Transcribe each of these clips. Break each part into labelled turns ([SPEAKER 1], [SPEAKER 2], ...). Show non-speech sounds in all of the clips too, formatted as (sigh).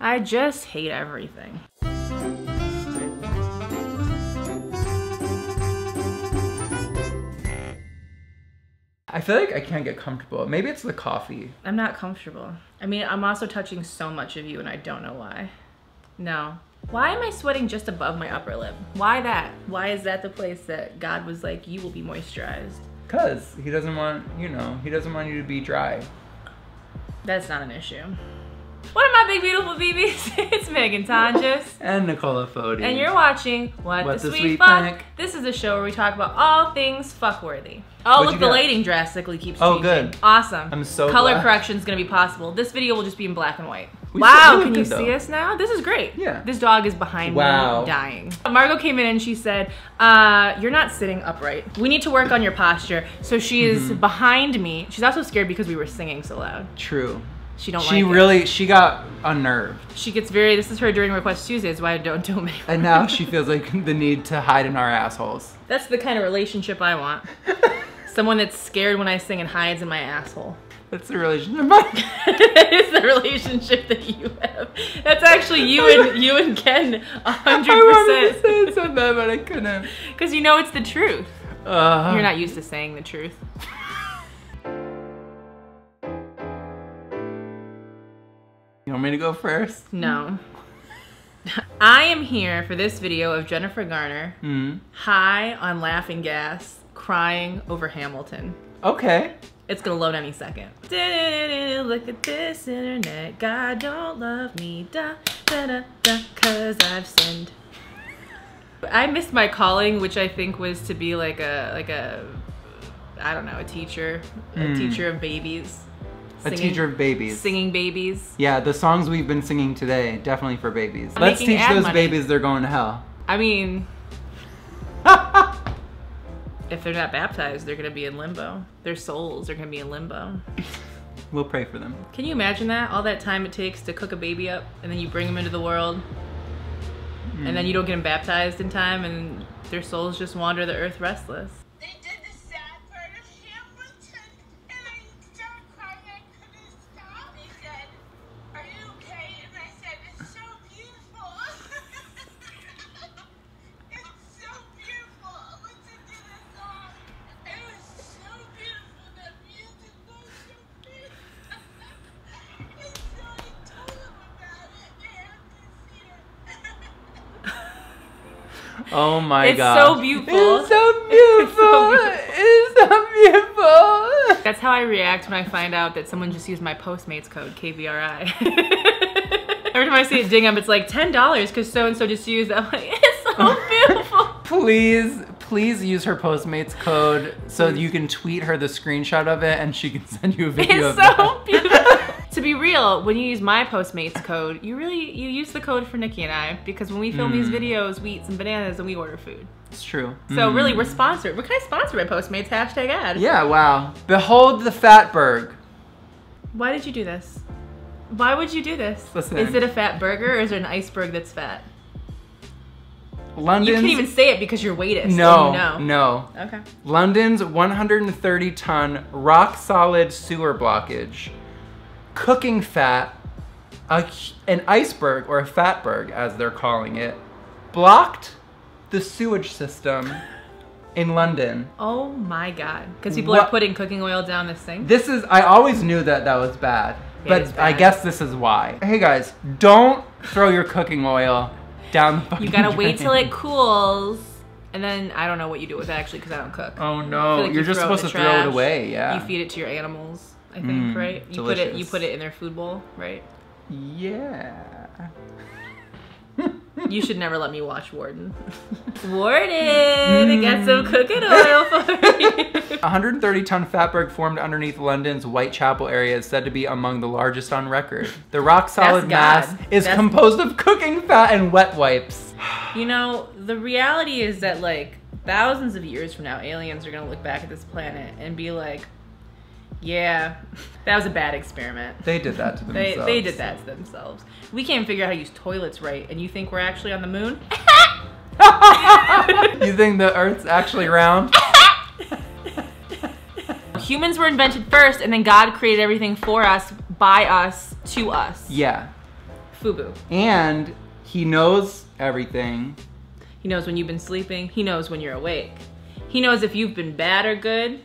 [SPEAKER 1] I just hate everything.
[SPEAKER 2] I feel like I can't get comfortable. Maybe it's the coffee.
[SPEAKER 1] I'm not comfortable. I mean, I'm also touching so much of you and I don't know why. No. Why am I sweating just above my upper lip? Why that? Why is that the place that God was like, you will be moisturized?
[SPEAKER 2] Cause he doesn't want, you know, he doesn't want you to be dry.
[SPEAKER 1] That's not an issue. What are my big beautiful BBs? (laughs) it's Megan Tanjas.
[SPEAKER 2] And Nicola Fodi.
[SPEAKER 1] And you're watching What,
[SPEAKER 2] What
[SPEAKER 1] the,
[SPEAKER 2] the
[SPEAKER 1] Sweet,
[SPEAKER 2] Sweet
[SPEAKER 1] Fuck.
[SPEAKER 2] Fuck.
[SPEAKER 1] This is a show where we talk about all things fuckworthy. Oh,
[SPEAKER 2] What'd
[SPEAKER 1] look,
[SPEAKER 2] you
[SPEAKER 1] the
[SPEAKER 2] get?
[SPEAKER 1] lighting drastically keeps changing.
[SPEAKER 2] Oh, good.
[SPEAKER 1] Awesome.
[SPEAKER 2] I'm so
[SPEAKER 1] Color
[SPEAKER 2] glad.
[SPEAKER 1] correction's gonna be possible. This video will just be in black and white.
[SPEAKER 2] We
[SPEAKER 1] wow,
[SPEAKER 2] still look
[SPEAKER 1] can you
[SPEAKER 2] good,
[SPEAKER 1] see
[SPEAKER 2] though.
[SPEAKER 1] us now? This is great.
[SPEAKER 2] Yeah.
[SPEAKER 1] This dog is behind
[SPEAKER 2] Wow.
[SPEAKER 1] me dying. Margot came in and she said, uh, you're not sitting upright. We need to work on your posture. So she is
[SPEAKER 2] Mm-hmm.
[SPEAKER 1] behind me. She's also scared because we were singing so loud.
[SPEAKER 2] True.
[SPEAKER 1] She don't
[SPEAKER 2] She
[SPEAKER 1] like it.
[SPEAKER 2] really, she got unnerved.
[SPEAKER 1] She gets very. This is her during request Tuesdays. Why I don't do them anymore.
[SPEAKER 2] And now she feels like (laughs) the need to hide in our assholes.
[SPEAKER 1] (laughs) That's the kind of relationship I want. Someone that's scared when I sing and hides in my asshole. (laughs)
[SPEAKER 2] That's the relationship. (laughs)
[SPEAKER 1] that is the relationship that you have. That's actually you and you and Ken, a
[SPEAKER 2] I wanted to
[SPEAKER 1] hundred
[SPEAKER 2] say
[SPEAKER 1] percent.
[SPEAKER 2] it so bad, but I couldn't.
[SPEAKER 1] Because you know it's the truth.
[SPEAKER 2] Uh,
[SPEAKER 1] You're not used to saying the truth.
[SPEAKER 2] You want me to go first?
[SPEAKER 1] No. (laughs) I am here for this video of Jennifer Garner
[SPEAKER 2] Hmm.
[SPEAKER 1] high on laughing gas, crying over Hamilton.
[SPEAKER 2] Okay.
[SPEAKER 1] It's gonna load any second. Look at this internet. God don't love me. Da, da, da, da, cause I've sinned. I missed my calling, which I think was to be like a like a I don't know, a teacher. A teacher of babies.
[SPEAKER 2] Hmm. A teacher of babies.
[SPEAKER 1] singing babies.
[SPEAKER 2] Yeah, the songs we've been singing today definitely for babies.
[SPEAKER 1] I'm
[SPEAKER 2] Let's
[SPEAKER 1] making
[SPEAKER 2] teach
[SPEAKER 1] ad
[SPEAKER 2] those
[SPEAKER 1] money.
[SPEAKER 2] babies they're going to hell.
[SPEAKER 1] I
[SPEAKER 2] (laughs)
[SPEAKER 1] mean if they're not baptized, they're gonna be in limbo. Their souls are gonna be in limbo.
[SPEAKER 2] We'll pray for them.
[SPEAKER 1] Can you imagine that? All that time it takes to cook a baby up, and then you bring them into the world, and then you don't get them baptized in time, and their souls just wander the earth restless.
[SPEAKER 3] They did the sad part of Hamilton, and I started crying. I couldn't stop. He said, "Are you okay?" And I said, "It's so beautiful. (laughs) it's so beautiful. Listen to the song. It was so beautiful. The music was so beautiful." (laughs) and so I told him about it. They have to see it. (laughs)
[SPEAKER 2] Oh my
[SPEAKER 1] It's
[SPEAKER 2] god.
[SPEAKER 1] so beautiful. (laughs)
[SPEAKER 2] It's so beautiful. it's so beautiful.
[SPEAKER 1] That's how I react when I find out that someone just used my Postmates code, KVRI. Every time I (laughs) see it ding up, it's like $10 because so and so just used it. I'm like, (laughs) it's so beautiful.
[SPEAKER 2] Please, please use her Postmates code so you can tweet her the screenshot of it and she can (laughs) send you a video
[SPEAKER 1] It's
[SPEAKER 2] of that.
[SPEAKER 1] so (laughs) beautiful. to be real, when you use my Postmates code, you really you use the code for Nikki and I because when we film these videos, we eat some bananas and we order food.
[SPEAKER 2] It's true.
[SPEAKER 1] So
[SPEAKER 2] Mm.
[SPEAKER 1] really, we're sponsored. We're kind of sponsored by Postmates. Hashtag ad.
[SPEAKER 2] Yeah, wow. Behold the Fatberg.
[SPEAKER 1] Why did you do this? Why would you do this?
[SPEAKER 2] Listen.
[SPEAKER 1] Is it a fat burger or is it an iceberg that's fat?
[SPEAKER 2] London's
[SPEAKER 1] You can't even say it because you're weighted.
[SPEAKER 2] no,
[SPEAKER 1] no.
[SPEAKER 2] no.
[SPEAKER 1] Okay.
[SPEAKER 2] London's 130 ton rock solid sewer blockage, cooking fat, a, hu- an iceberg or a fatberg as they're calling it, blocked the
[SPEAKER 1] (laughs)
[SPEAKER 2] sewage system in London.
[SPEAKER 1] Oh my god. Because people are
[SPEAKER 2] What-
[SPEAKER 1] putting cooking oil down this thing.
[SPEAKER 2] This is, I always knew that that was bad,
[SPEAKER 1] It
[SPEAKER 2] but
[SPEAKER 1] is
[SPEAKER 2] I
[SPEAKER 1] bad.
[SPEAKER 2] guess this is why. Hey guys, don't throw your cooking oil down the
[SPEAKER 1] you
[SPEAKER 2] fucking
[SPEAKER 1] gotta
[SPEAKER 2] (laughs)
[SPEAKER 1] wait till
[SPEAKER 2] drain.
[SPEAKER 1] it cools, and then I don't know what you do with it actually because I don't cook.
[SPEAKER 2] Oh
[SPEAKER 1] I
[SPEAKER 2] no,
[SPEAKER 1] feel like
[SPEAKER 2] you're
[SPEAKER 1] you
[SPEAKER 2] just
[SPEAKER 1] throw it in
[SPEAKER 2] supposed to
[SPEAKER 1] the
[SPEAKER 2] throw it
[SPEAKER 1] trash.
[SPEAKER 2] away, yeah.
[SPEAKER 1] You feed it to your animals, I think,
[SPEAKER 2] Mm,
[SPEAKER 1] right? You put it you
[SPEAKER 2] delicious.
[SPEAKER 1] put it in their food bowl, right? (laughs)
[SPEAKER 2] yeah.
[SPEAKER 1] You should never let me watch Warden. (laughs) Warden, I got some cooking (laughs)
[SPEAKER 2] Mm.
[SPEAKER 1] oil for
[SPEAKER 2] (laughs)
[SPEAKER 1] you.
[SPEAKER 2] 130 ton fatberg formed underneath London's Whitechapel area is said to be among the largest on record. The rock solid
[SPEAKER 1] That's
[SPEAKER 2] mass
[SPEAKER 1] God.
[SPEAKER 2] is
[SPEAKER 1] That's-
[SPEAKER 2] composed of cooking fat and wet wipes.
[SPEAKER 1] you know, the reality is that like thousands of years from now, aliens are gonna look back at this planet and be like, "Yeah, that was a bad experiment."
[SPEAKER 2] They did that to
[SPEAKER 1] They,
[SPEAKER 2] themselves.
[SPEAKER 1] they did that to themselves. We can't figure out how to use toilets right, and you think we're actually on the
[SPEAKER 2] (laughs)
[SPEAKER 1] moon?
[SPEAKER 2] you think the earth's actually round?
[SPEAKER 1] Humans were invented first, and then God created everything for us, by us, to us.
[SPEAKER 2] Yeah.
[SPEAKER 1] Fubu.
[SPEAKER 2] And he knows everything.
[SPEAKER 1] He knows when you've been sleeping. He knows when you're awake. He knows if you've been bad or good.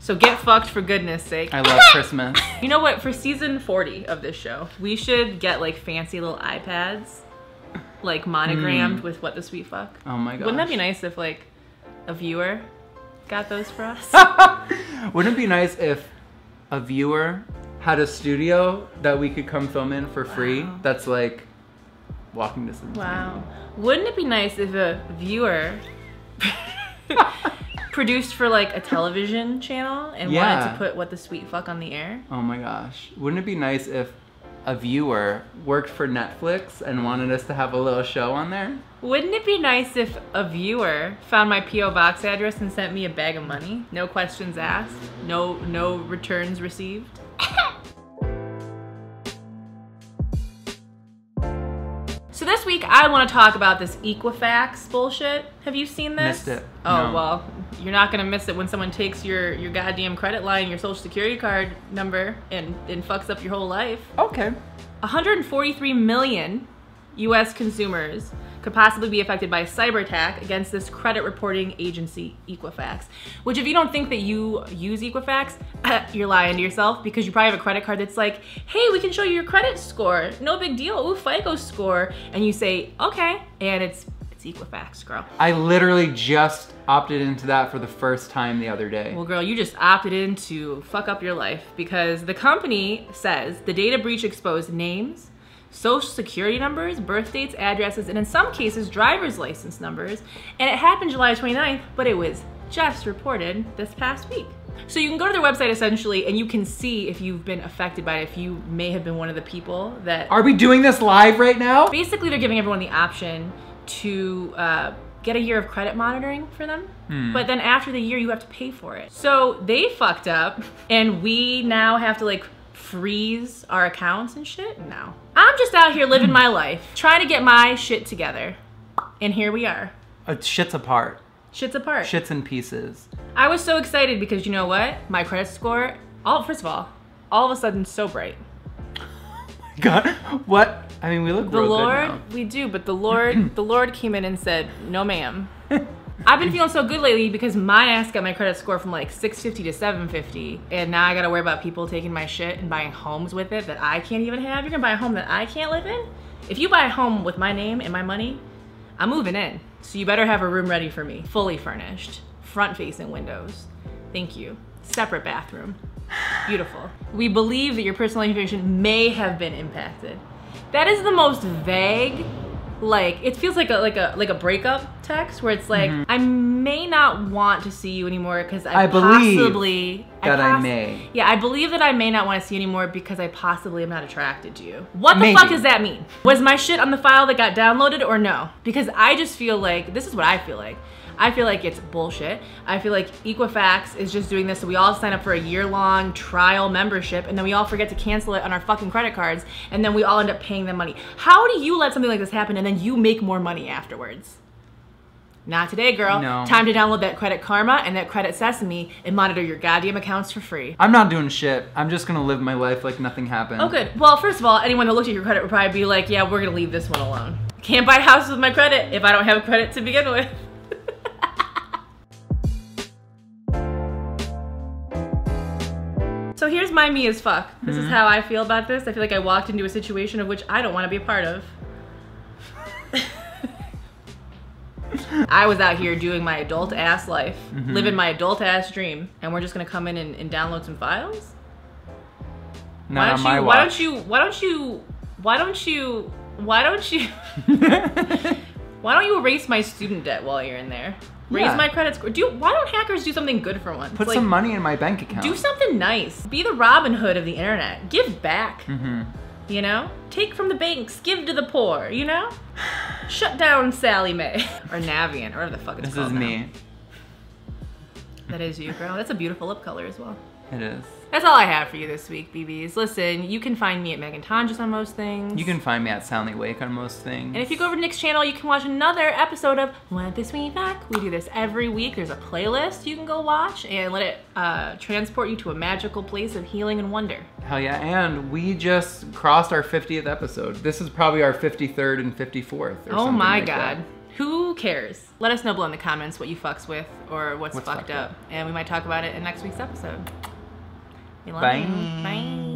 [SPEAKER 1] So get fucked for goodness sake.
[SPEAKER 2] I love
[SPEAKER 1] (laughs)
[SPEAKER 2] Christmas.
[SPEAKER 1] You know what? For season 40 of this show, we should get like fancy little iPads, like monogrammed with what the sweet fuck.
[SPEAKER 2] Hmm. Oh my god.
[SPEAKER 1] Wouldn't that be nice if like a viewer got those for
[SPEAKER 2] (laughs)
[SPEAKER 1] us?
[SPEAKER 2] nice? Wouldn't it be nice if a viewer had a studio that we could come film in for free
[SPEAKER 1] Wow.
[SPEAKER 2] that's like walking distance?
[SPEAKER 1] wow. Wouldn't it be nice if a viewer produced for like a television channel and wanted
[SPEAKER 2] Yeah.
[SPEAKER 1] to put what the sweet fuck on the air?
[SPEAKER 2] (laughs) Oh my gosh. Wouldn't it be nice if a viewer worked for Netflix and wanted us to have a little show on there?
[SPEAKER 1] Wouldn't it be nice if a viewer found my PO box address and sent me a bag of money? No questions asked, no no returns received. (laughs) so this week I want to talk about this Equifax bullshit. Have you seen this?
[SPEAKER 2] Missed it.
[SPEAKER 1] Oh
[SPEAKER 2] No.
[SPEAKER 1] well, you're not gonna miss it when someone takes your your goddamn credit line, your social security card number, and and fucks up your whole life.
[SPEAKER 2] Okay.
[SPEAKER 1] 143 million US consumers could possibly be affected by a cyber attack against this credit reporting agency, Equifax. Which, if you don't think that you use Equifax, (laughs) you're lying to yourself because you probably have a credit card that's like, hey, we can show you your credit score. No big deal. Ooh, FICO score. And you say, okay. And it's, it's Equifax, girl.
[SPEAKER 2] I literally just opted into that for the first time the other day.
[SPEAKER 1] Well, girl, you just opted in to fuck up your life because the company says the data breach exposed names, social security numbers, birth dates, addresses, and in some cases, driver's license numbers. And it happened July 29th, but it was just reported this past week. So you can go to their website essentially and you can see if you've been affected by it, if you may have been one of the people that
[SPEAKER 2] Are we doing this live right now?
[SPEAKER 1] basically they're giving everyone the option to uh, get a year of credit monitoring for them but then after the year you have to pay for it so they fucked up and we now have to like freeze our accounts and shit no i'm just out here living my life trying to get my shit together and here we are
[SPEAKER 2] Uh, shit's apart.
[SPEAKER 1] shit's apart
[SPEAKER 2] Shit's in pieces. (laughs)
[SPEAKER 1] i was so excited because you know what my credit score all first of all all of a sudden so bright
[SPEAKER 2] God, what? I mean, we look
[SPEAKER 1] the
[SPEAKER 2] real good
[SPEAKER 1] lord
[SPEAKER 2] now.
[SPEAKER 1] we do but the
[SPEAKER 2] (clears throat)
[SPEAKER 1] lord the lord came in and said no ma'am i've been feeling so good lately because my ass got my credit score from like 650 to 750 and now i gotta worry about people taking my shit and buying homes with it that i can't even have you're gonna buy a home that i can't live in if you buy a home with my name and my money i'm moving in so you better have a room ready for me fully furnished front facing windows thank you separate bathroom Beautiful. We believe that your personal information may have been impacted. That is the most vague. Like it feels like a like a like a breakup text where it's like I may not want to see you anymore because I,
[SPEAKER 2] Mm-hmm. I believe
[SPEAKER 1] possibly
[SPEAKER 2] that I
[SPEAKER 1] poss-
[SPEAKER 2] may.
[SPEAKER 1] Yeah, I believe that I may not want to see you anymore because I possibly am not attracted to you. What the
[SPEAKER 2] Maybe.
[SPEAKER 1] fuck does that mean? Was my shit on the file that got downloaded or no? Because I just feel like this is what I feel like. I feel like it's bullshit. I feel like Equifax is just doing this so we all sign up for a year long trial membership and then we all forget to cancel it on our fucking credit cards and then we all end up paying them money. How do you let something like this happen and then you make more money afterwards? Not today, girl.
[SPEAKER 2] No.
[SPEAKER 1] Time to download that Credit Karma and that Credit Sesame and monitor your goddamn accounts for free.
[SPEAKER 2] I'm not doing shit. I'm just gonna live my life like nothing happened.
[SPEAKER 1] Oh, good. Well, first of all, anyone that looked at your credit would probably be like, yeah, we're going to leave this one alone. Can't buy houses with my credit if I don't have credit to begin with. (laughs) so here's my me as fuck. This is how I feel about this. I feel like I walked into a situation of which I don't want to be a part of. (laughs) I was out here doing my adult ass life, living my adult ass dream, and we're just gonna come in and, and download some files?
[SPEAKER 2] Not
[SPEAKER 1] Why
[SPEAKER 2] on
[SPEAKER 1] don't,
[SPEAKER 2] my
[SPEAKER 1] you,
[SPEAKER 2] watch.
[SPEAKER 1] why don't you? Why don't you? Why don't you? Why don't you? (laughs) Why don't you erase my student debt while you're in there? Raise
[SPEAKER 2] Yeah.
[SPEAKER 1] my credit score. Do why don't hackers do something good for once?
[SPEAKER 2] (laughs) Put
[SPEAKER 1] Like,
[SPEAKER 2] some money in my bank account.
[SPEAKER 1] Do something nice. Be the Robin Hood of the internet. Give back.
[SPEAKER 2] hmm
[SPEAKER 1] You know, take from the banks, give to the poor. You know, shut down Sally Mae (laughs) or Navian or whatever the fuck it's
[SPEAKER 2] This
[SPEAKER 1] called.
[SPEAKER 2] is
[SPEAKER 1] now.
[SPEAKER 2] me.
[SPEAKER 1] That is you, girl. That's a beautiful lip color as well.
[SPEAKER 2] It is.
[SPEAKER 1] That's all I have for you this week, BBs. Listen, you can find me at Megan Tonjes on most things.
[SPEAKER 2] You can find me at Soundly Wake on most things.
[SPEAKER 1] And if you go over to Nick's channel, you can watch another episode of What This Week Back. We do this every week. There's a playlist you can go watch and let it uh, transport you to a magical place of healing and wonder.
[SPEAKER 2] Hell yeah, and we just crossed our 50th episode. This is probably our 53rd and 54th. Or
[SPEAKER 1] oh
[SPEAKER 2] something
[SPEAKER 1] my
[SPEAKER 2] like that.
[SPEAKER 1] god. Who cares? Let us know below in the comments what you fucks with or what's, fucked, up. And we might talk about it in next week's episode. We love
[SPEAKER 2] Bye.
[SPEAKER 1] you. Bye.